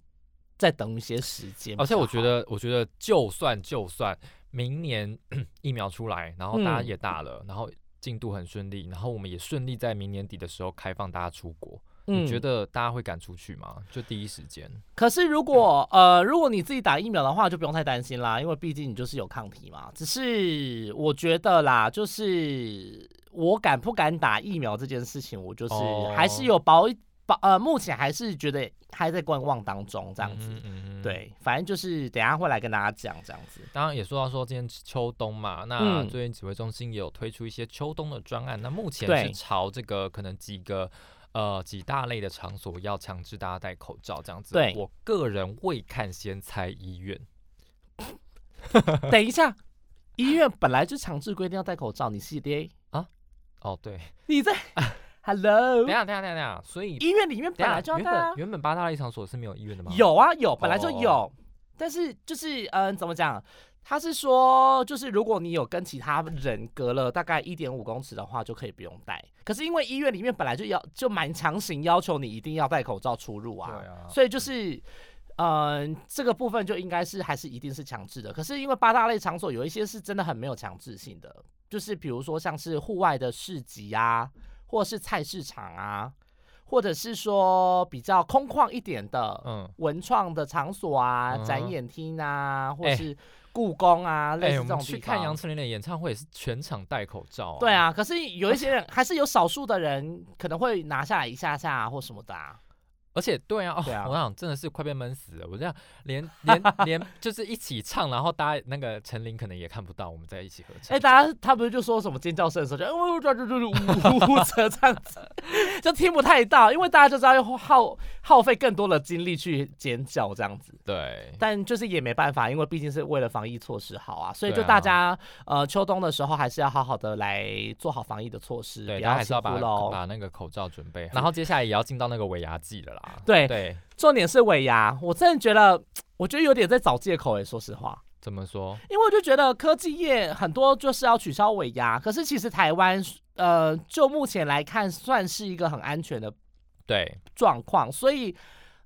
再等一些时间。而且哦我觉，得，我觉得就算就算明年 *clears throat* 疫苗出来，然后大家嗯也打了，然后进度很顺利，然后我们也顺利在明年底的时候开放大家出国，嗯你觉得大家会敢出去吗？就第一时间，可是如果呃，如果你自己打疫苗的话，就不用太担心啦，因为毕竟你就是有抗体嘛。只是我觉得啦，就是我敢不敢打疫苗这件事情，我就是哦还是有保一保呃，目前还是觉得还在观望当中这样子。嗯哼嗯哼。对，反正就是等一下会来跟大家讲这样子。当然也说到说今天秋冬嘛，那嗯最近指挥中心也有推出一些秋冬的专案，那目前对是朝这个可能几个。呃，几大类的场所要强制大家戴口罩，这样子。对我个人未看先猜医院，等一下， *laughs* 医院本来就强制规定要戴口罩，你是的，哦，对，*laughs* 你在等一 Hello 下，等一下，等一下，所以医院里面等本一来下就要原戴啊本。原本八大类场所是没有医院的吗？，有啊，有，本来就哦有，但是就是嗯、怎么讲？他是说，就是如果你有跟其他人隔了大概一点五公尺的话，就可以不用戴。可是因为医院里面本来就要就蛮强行要求你一定要戴口罩出入啊，对啊所以就是。嗯，这个部分就应该是还是一定是强制的。可是因为八大类场所有一些是真的很没有强制性的，就是比如说像是户外的市集啊，或是菜市场啊，或者是说比较空旷一点的，嗯，文创的场所啊，嗯展演厅啊，或哎是故宫啊，类哎、似我这种们地去方。看杨丞琳的演唱会也是全场戴口罩、啊。对，啊，可是有一些人，还是有少数的人可能会拿下来一下下、啊、或什么的、啊。而且对啊，哦、对啊我想真的是快被闷死了。我这样连 *laughs* 连连就是一起唱，然后大家那个陈琳可能也看不到我们在一起合哎、唱。大家他不是就说什么尖叫声的时候就呜呜这这这呜呜呜这这样子， *laughs* 就听不太到，因为大家就知道要耗耗费更多的精力去尖叫这样嗯子。对，但就是也没办法，因为毕竟是为了防疫措施好啊，所以对就啊大家、呃秋冬的时候还是要好好的来做好防疫的措施，对，不大家还是辛要苦把喽。把那个口罩准备好，然后接下来也要进到那个尾牙季了啦。对对，重点是尾牙，我真的觉得，我觉得有点在找借口诶、说实话，怎么说？因为我就觉得科技业很多就是要取消尾牙，可是其实台湾呃，就目前来看，算是一个很安全的对，状况，所以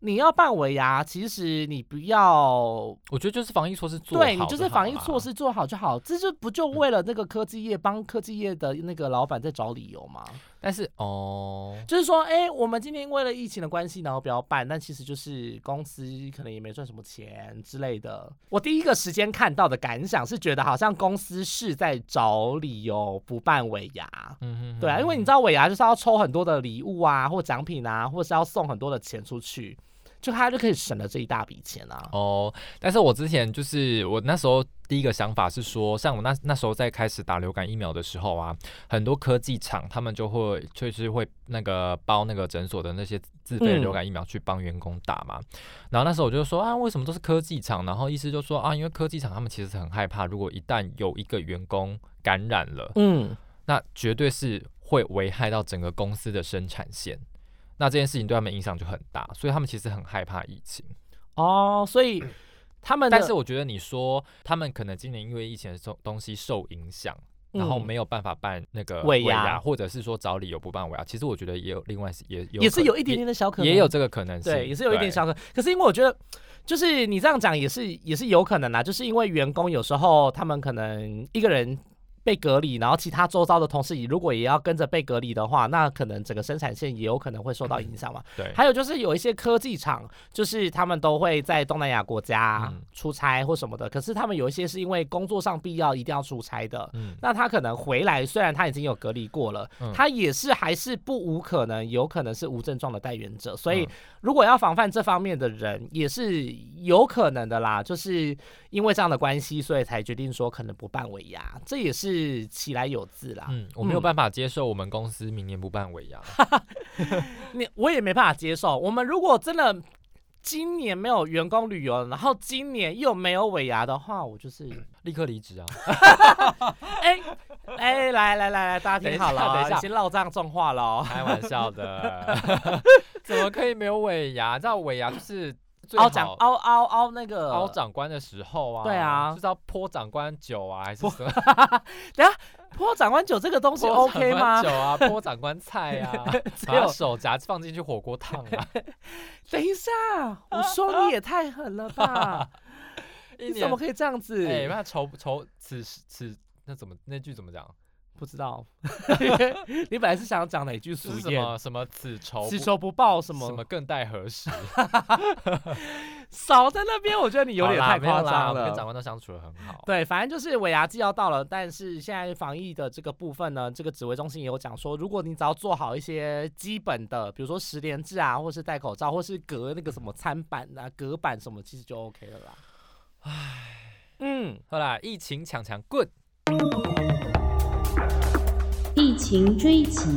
你要办尾牙，其实你不要我觉得就是防疫措施做对好你就是好防疫啦措施做好就好，这就不就为了那个科技业帮科技业的那个老板在找理由吗？但是哦，就是说，哎、我们今天为了疫情的关系，然后不要办，但其实就是公司可能也没赚什么钱之类的。我第一个时间看到的感想是，觉得好像公司是在找理由不办尾牙。嗯哼哼对啊，因为你哼知道尾牙就是要抽很多的礼物啊，或奖品啊，或是要送很多的钱出去，就他就可以省了这一大笔钱啊。哦，但是我之前就是我那时候第一个想法是说，像我那那时候在开始打流感疫苗的时候啊，很多科技厂他们就会就是会那个包那个诊所的那些自费的嗯流感疫苗去帮员工打嘛。然后那时候我就说啊，为什么都是科技厂？然后医师就说啊，因为科技厂他们其实很害怕，如果一旦有一个员工感染了，嗯，那绝对是会危害到整个公司的生产线。那这件事情对他们影响就很大，所以他们其实很害怕疫情。哦，所以他们的但是我觉得你说他们可能今年因为疫情的东东西受影响，然后嗯没有办法办那个尾牙，牙或者是说找理由不办尾牙，其实我觉得也有另外是也有也是可有一点点的小可能，也也有这个可能性，对，也是有一点小可。可是因为我觉得，就是你这样讲也是也是有可能啦，就是因为员工有时候他们可能一个人被隔离，然后其他周遭的同事也如果也要跟着被隔离的话，那可能整个生产线也有可能会受到影响嘛。嗯对还有就是有一些科技厂，就是他们都会在东南亚国家嗯出差或什么的，可是他们有一些是因为工作上必要一定要出差的，嗯那他可能回来，虽然他已经有隔离过了，嗯他也是还是不无可能，有可能是无症状的带源者，所以嗯如果要防范这方面的人，也是有可能的啦。就是因为这样的关系，所以才决定说可能不办尾牙，这也是其来有自啦。嗯，我没有嗯办法接受我们公司明年不办尾牙，你我也没办法接受，我们如果真的。今年没有员工旅游，然后今年又没有尾牙的话，我就是，立刻离职啊！哎、哎、来来来来，大家等一听下好了哦，等一下你先唠这样重话哦喽。开玩笑的， *laughs* 怎么可以没有尾牙？这尾牙就是最凹长好凹凹凹那个凹长官的时候啊，对啊就是要泼长官酒啊，还是什么？泼长官酒 *laughs* 这个东西泼 OK 长官吗酒？啊，泼长官菜啊， *laughs* 只把有手夹放进去火锅烫啊，等一下，我说你也太狠了吧？ *laughs* *laughs* 一你年怎么可以这样子？哎，那愁愁此时此那怎么那句怎么讲？不知道， *laughs* 你本来是想讲哪句俗是什谚？么什么此仇此不仇不报什什么？么更待何时？少在那边，我觉得你有点好啦太 *laughs* 没有夸啦张我们跟了长。官都相处的很好。对，反正就是尾牙季要到了，但是现在防疫的这个部分呢，这个指挥中心也有讲说，如果你只要做好一些基本的，比如说十连制啊，或是戴口罩，或是隔那个什么餐板啊、隔板什么，其实就 OK 了啦。嗯，好啦，疫情抢抢棍，疫情追击，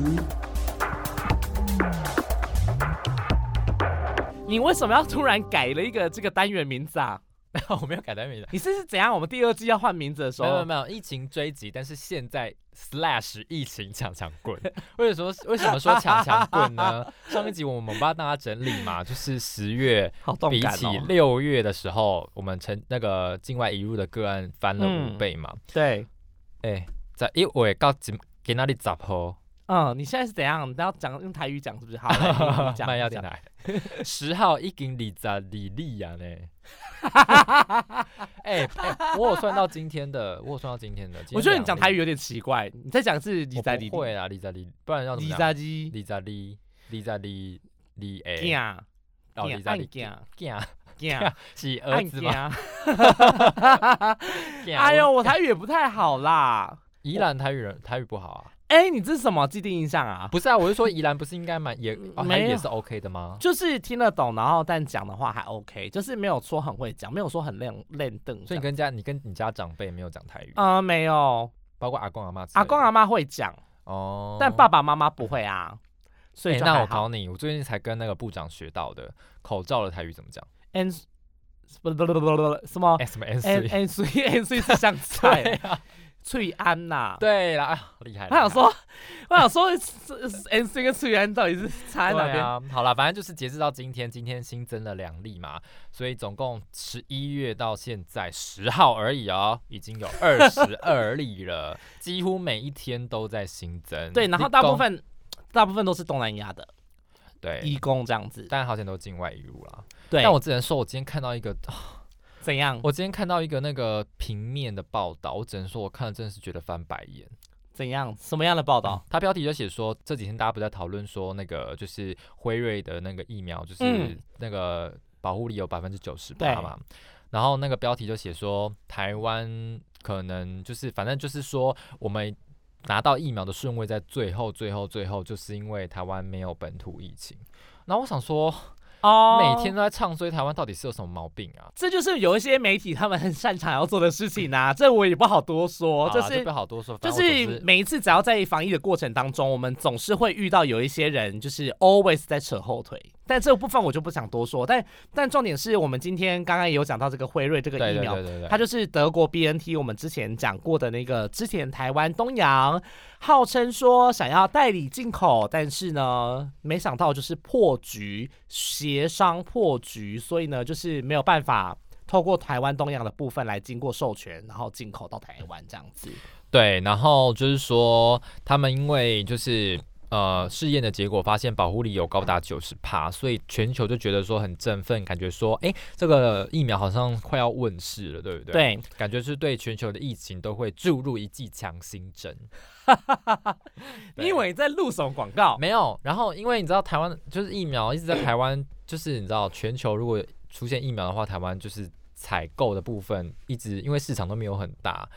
你为什么要突然改了一个这个单元名字啊？ *laughs* 我没有改单名的。你是是怎样？我们第二季要换名字的时没有没有候，没有，疫情追击，但是现在 slash 疫情抢抢棍。 *laughs* 为什么为什么说抢抢棍呢？上一集我们帮大家整理嘛，就是十月好动比感起哦。六月的时候，我们成那个境外移入的个案翻了嗯五倍嘛。对，哎、在一月到今给那里砸 *laughs* 破，嗯，你现在是怎样？你要讲用台语讲是不是？好，来 *laughs* 你嗯讲慢要你点讲。来。十号已经二十里利亚呢。哎、哎我有算到今天的，我有算到今天的。今天我觉得你讲两例台语有点奇怪，你再讲是你我在你不会啊啦，里在里，不然要怎你么讲？在鸡里在里，里在里，里哎，惊哦，里在里，惊惊惊是儿子惊吗？惊！惊哎呦，，我台语也不太好啦。宜兰台语人台语不好啊？哎，你这是什么既定印象啊？不是啊，我是说宜兰不是应该蛮也哦，台嗯没语也有是 OK 的吗？就是听得懂，然后但讲的话还 OK，就是没有说很会讲，没有说很练练凳。所以你跟家你跟你家长辈没有讲台语，啊、没有，包括阿公阿妈之类的。阿公阿妈会讲，哦，但爸爸妈妈不会啊，所以哎就那还我好。考你，我最近才跟那个部长学到的口罩的台语怎么讲 N 不不不不不什么？S 什么 S？ N N C N C 是香菜，翠安呐、对啦，啊厉害！我想说，我想说，N C 跟翠安到底是差在厉害，哪对边？啊，好啦，反正就是截至到今天，今天新增了两例嘛，所以总共十一月到现在十号而已哦，已经有二十二例了，几乎每一天都在新增。对，然后你大部懂分大部分都是东南亚的对义，工这样子。但好险都境外移入啦。对，但我只能说，我今天看到一个 *sighs* 怎样？我今天看到一个那个平面的报道，我只能说我看了真的是觉得翻白眼。怎样？什么样的报道？它标题就写说，这几天大家不在讨论说那个就是辉瑞的那个疫苗，就是嗯那个保护力有百分之九十对八嘛。然后那个标题就写说，台湾可能就是反正就是说我们。拿到疫苗的顺位在最后、最后、最后，就是因为台湾没有本土疫情。然后我想说，嗯哦每天都在唱衰台湾，到底是有什么毛病啊？这就是有一些媒体他们很擅长要做的事情啊，这我也不好多说，好就啦哦是啊不。好多说，就反正我总是每一次只要在防疫的过程当中，我们总是会遇到有一些人，就是 always 在扯后腿。但这部分我就不想多说。但但重点是我们今天刚刚也有讲到这个辉瑞这个对疫对苗对对对，它就是德国 B N T，我们之前讲过的那个，之前台湾东洋号称说想要代理进口，但是呢，没想到就是破局，协商破局，所以呢，就是没有办法。透过台湾东洋的部分来经过授权，然后进口到台湾这样子。对，然后就是说，他们因为就是呃试验的结果发现保护力有高达九十帕，所以全球就觉得说很振奋，感觉说哎这个疫苗好像快要问世了，对不对？，对，感觉是对全球的疫情都会注入一剂强心 *laughs* 针。对因为在录什么广告？没有，然后因为你知道台湾就是疫苗一直在台湾，就是你知道全球如果出现疫苗的话，台湾就是采购的部分一直因为市场都没有很大，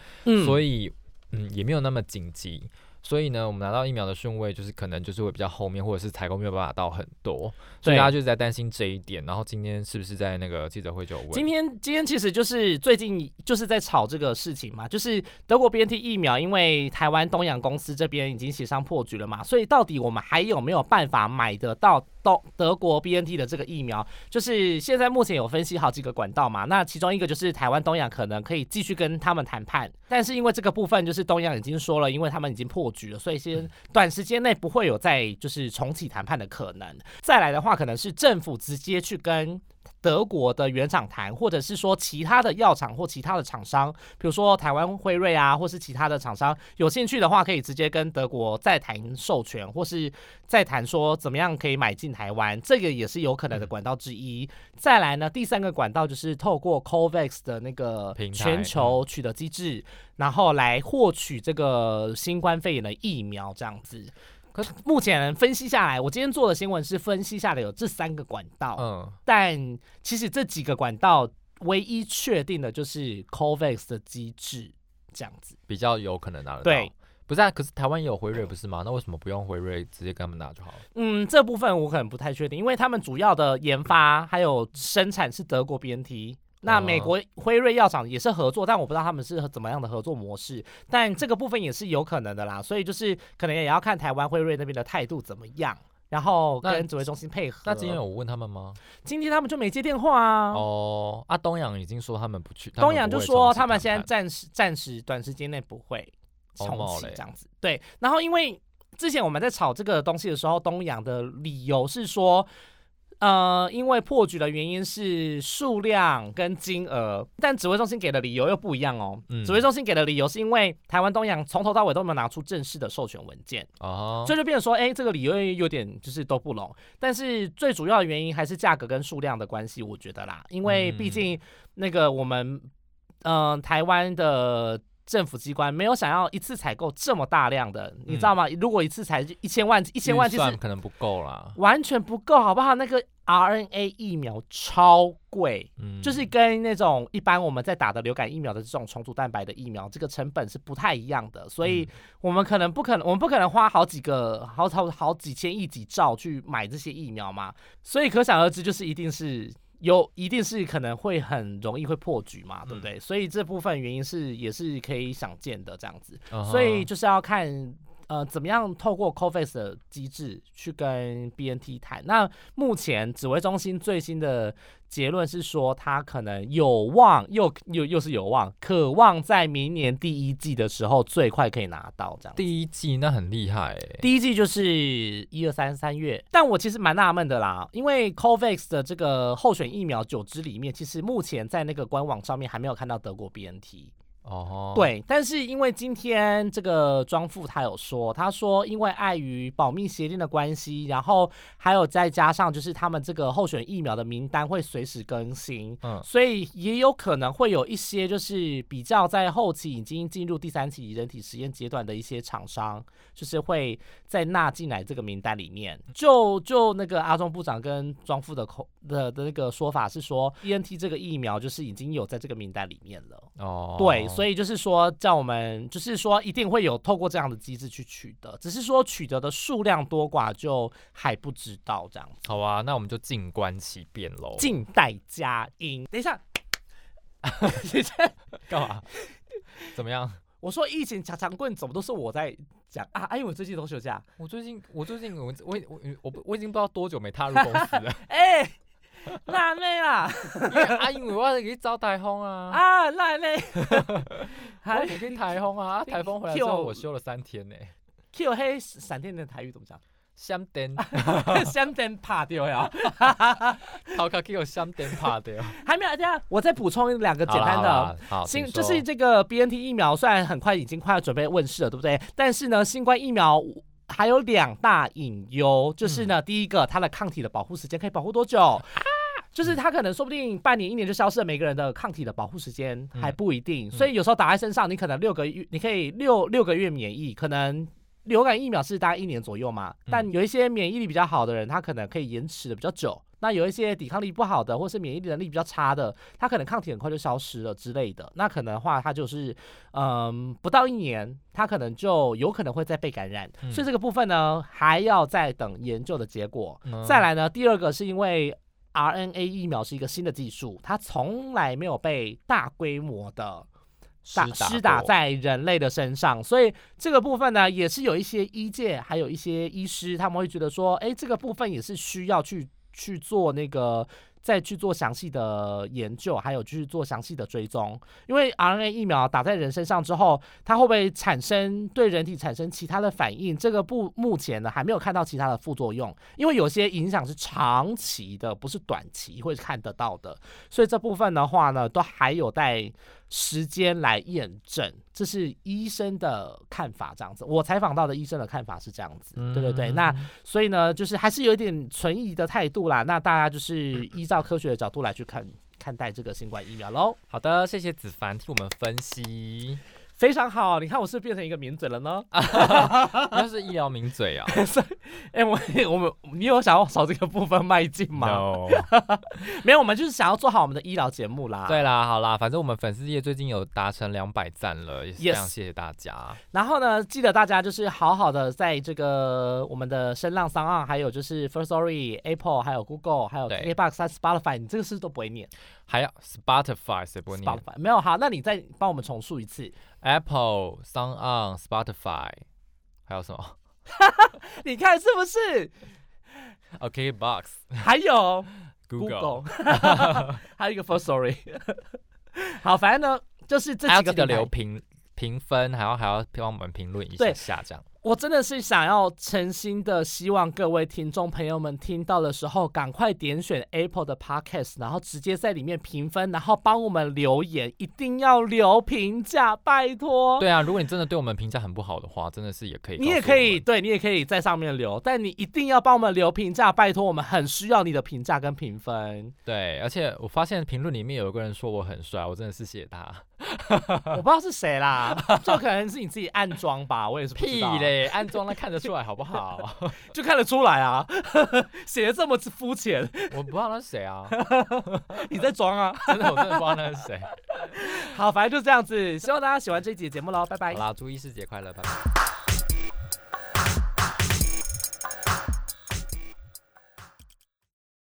所以以嗯也没有那么紧急。所以呢，我们拿到疫苗的顺位就是可能就是会比较后面，或者是采购没有办法到很多，所对以大家就是在担心这一点。然后今天是不是在那个记者会就有问？今天今天其实就是最近就是在吵这个事情嘛，就是德国 BNT 疫苗，因为台湾东洋公司这边已经协商破局了嘛，所以到底我们还有没有办法买得到东德国 BNT 的这个疫苗？就是现在目前有分析好几个管道嘛，那其中一个就是台湾东洋可能可以继续跟他们谈判，但是因为这个部分就是东洋已经说了，因为他们已经破局了，所以先短时间内不会有再就是重启谈判的可能。再来的话，可能是政府直接去跟德国的原厂谈，或者是说其他的药厂或其他的厂商，比如说台湾辉瑞啊，或是其他的厂商有兴趣的话，可以直接跟德国再谈授权，或是再谈说怎么样可以买进台湾，这个也是有可能的管道之一。再来呢，第三个管道就是透过 COVAX 的那个平台全球取得机制，然后来获取这个新冠肺炎的疫苗，这样子。可是目前分析下来，我今天做的新闻是分析下来有这三个管道，嗯，但其实这几个管道唯一确定的就是 COVAX 的机制这样子。比较有可能拿得到。对，不是啊，可是台湾也有辉瑞不是吗？那为什么不用辉瑞直接跟他们拿就好了？嗯，这部分我可能不太确定，因为他们主要的研发还有生产是德国 BNT。那美哦国辉瑞药厂也是合作，但我不知道他们是怎么样的合作模式，但这个部分也是有可能的啦，所以就是可能也要看台湾辉瑞那边的态度怎么样，然后那跟指挥中心配合。那今天有问他们吗？今天他们就没接电话啊。哦，啊，东阳已经说他们不去，他们东阳不就会说重启他们现在谈判暂时暂时短时间内不会重哦冒启嘞这样子。对，然后因为之前我们在炒这个东西的时候，东阳的理由是说。呃，因为破局的原因是数量跟金额，但指挥中心给的理由又不一样哦。嗯指挥中心给的理由是因为台湾东阳从头到尾都没有拿出正式的授权文件，哦，所以就变成说，哎、这个理由有点就是都不拢。但是最主要的原因还是价格跟数量的关系，我觉得啦，因为毕嗯竟那个我们，嗯、台湾的。政府机关没有想要一次采购这么大量的，你知道吗？如果一次采一千万，一千万预其算实可能不够啦。完全不够，好不好？那个 RNA 疫苗超贵，嗯，就是跟那种一般我们在打的流感疫苗的这种重组蛋白的疫苗，这个成本是不太一样的，所以我们可能不可能，我们不可能花好几个、好好好几千亿、几兆去买这些疫苗嘛，所以可想而知，就是一定是。有一定是可能会很容易会破局嘛，对不对？所以这部分原因是也是可以想见的这样子，嗯哼所以就是要看呃怎么样透过 COFAX 的机制去跟 BNT 谈。那目前指挥中心最新的结论是说，它可能有望又又又是有望，渴望在明年第一季的时候最快可以拿到这样。第一季那很厉害、欸，第一季就是一二三三月，但我其实蛮纳闷的啦，因为 Covax 的这个候选疫苗九支里面，其实目前在那个官网上面还没有看到德国 BNT。哦，，对，但是因为今天这个庄富他有说，他说因为碍于保密协定的关系，然后还有再加上就是他们这个候选疫苗的名单会随时更新，嗯，所以也有可能会有一些就是比较在后期已经进入第三期人体实验阶段的一些厂商，就是会再纳进来这个名单里面。就就那个阿中部长跟庄副的口的的那个说法是说，E N T 这个疫苗就是已经有在这个名单里面了。哦，对，所以以就是说，叫我们就是说，一定会有透过这样的机制去取得，只是说取得的数量多寡就还不知道这样子。好啊，那我们就静观其变 *laughs* 喽。静待佳音。等一 *laughs* 下，等一下，干嘛？怎么样？我说疫情夹长棍怎么都是我在讲啊？哎，我最近都休假，我最近，我最近，我我我我不我已经不知道多久没踏入公司 *laughs* 了，哎、辣妹啦因为阿英我要给招台风啊，啊，辣 *laughs* 妹，我还给台风啊， *laughs* 啊台风回来之后我休了三天呢、 Q 黑闪电的台语怎么讲？ *laughs* 香灯，闪电怕掉呀！好卡给我香灯怕掉。还没有，等一下我再补充两 *laughs* 个简单好的。啦，好啦好，新请就说是这个 B N T 疫苗，虽然很快已经快要准备问世了，对不对？但是呢，新冠疫苗还有两大隐忧，嗯就是呢，第一个，它的抗体的保护时间可以保护多久？啊就是它可能说不定半年一年就消失了，每个人的抗体的保护时间还嗯不一定，所以有时候打在身上，你可能六个月，你可以六六个月免疫，可能流感疫苗是大概一年左右嘛，嗯但有一些免疫力比较好的人，他可能可以延迟的比较久。那有一些抵抗力不好的，或是免疫力能力比较差的，他可能抗体很快就消失了之类的。那可能的话，他就是嗯，不到一年，他可能就有可能会再被感染。嗯所以这个部分呢，还要再等研究的结果。嗯再来呢，第二个是因为 RNA 疫苗是一个新的技术，它从来没有被大规模的打施打过在人类的身上，所以这个部分呢，也是有一些医界还有一些医师，他们会觉得说，哎，这个部分也是需要去去做那个。再去做详细的研究，还有去做详细的追踪，因为 RNA 疫苗打在人身上之后，它会不会产生对人体产生其他的反应？这个不目前呢还没有看到其他的副作用，因为有些影响是长期的，不是短期会看得到的，所以这部分的话呢，都还有待时间来验证，这是医生的看法，这样子。我采访到的医生的看法是这样子，对对对。那所以呢，就是还是有一点存疑的态度啦。那大家就是依照科学的角度来去看看待这个新冠疫苗喽。好的，谢谢子凡替我们分 *laughs* 析，非常好，你看我是不是变成一个名嘴了呢？啊那是医疗名嘴啊。 *laughs* 哎、我 *laughs* 我们你有想要朝这个部分迈进吗 No 没有，我们就是想要做好我们的医疗节目啦。 *laughs* 对啦，好啦，反正我们粉丝页最近有达成两百赞了，也是 Yes 非常谢谢大家。然后呢，记得大家就是好好的在这个我们的声浪、商岸，还有就是 First Story、Apple、还有 Google、还有对 KBox、还有 Spotify，你这个是不是都不会念还有 Spotify 谁不会念 Spotify 没有好，那你再帮我们重述一次。 Apple、Sound On、Spotify，还有什么 *laughs* 你看是不是？ ？OK Box、还有 *laughs* Google， *laughs* 还有一个 First Story。好，反正呢，就是这还要几记得个平台留评评分，还要还要帮我们评论一下对下这样。我真的是想要诚心的希望各位听众朋友们听到的时候，赶快点选 Apple 的 Podcast，然后直接在里面评分，然后帮我们留言，一定要留评价，拜托。对啊，如果你真的对我们评价很不好的话，真的是也可以告诉你我们，也可以，对你也可以在上面留，但你一定要帮我们留评价，拜托，我们很需要你的评价跟 *laughs* 评分。对。而且我发现评论里面有一个人说我很帅，我真的是谢谢他。我不知道是谁啦，就可能是你自己暗装吧，我也是不知屁道，嘞，安装那看得出来好不 *laughs* 好？就看得出来啊， *laughs* 写的这么肤浅，我不知道那是谁啊，你在装啊？真的我真的不知道那是谁。好，反正就这样子，希望大家喜欢这一集的节目喽，拜拜好。啦，祝医师节快乐，拜拜。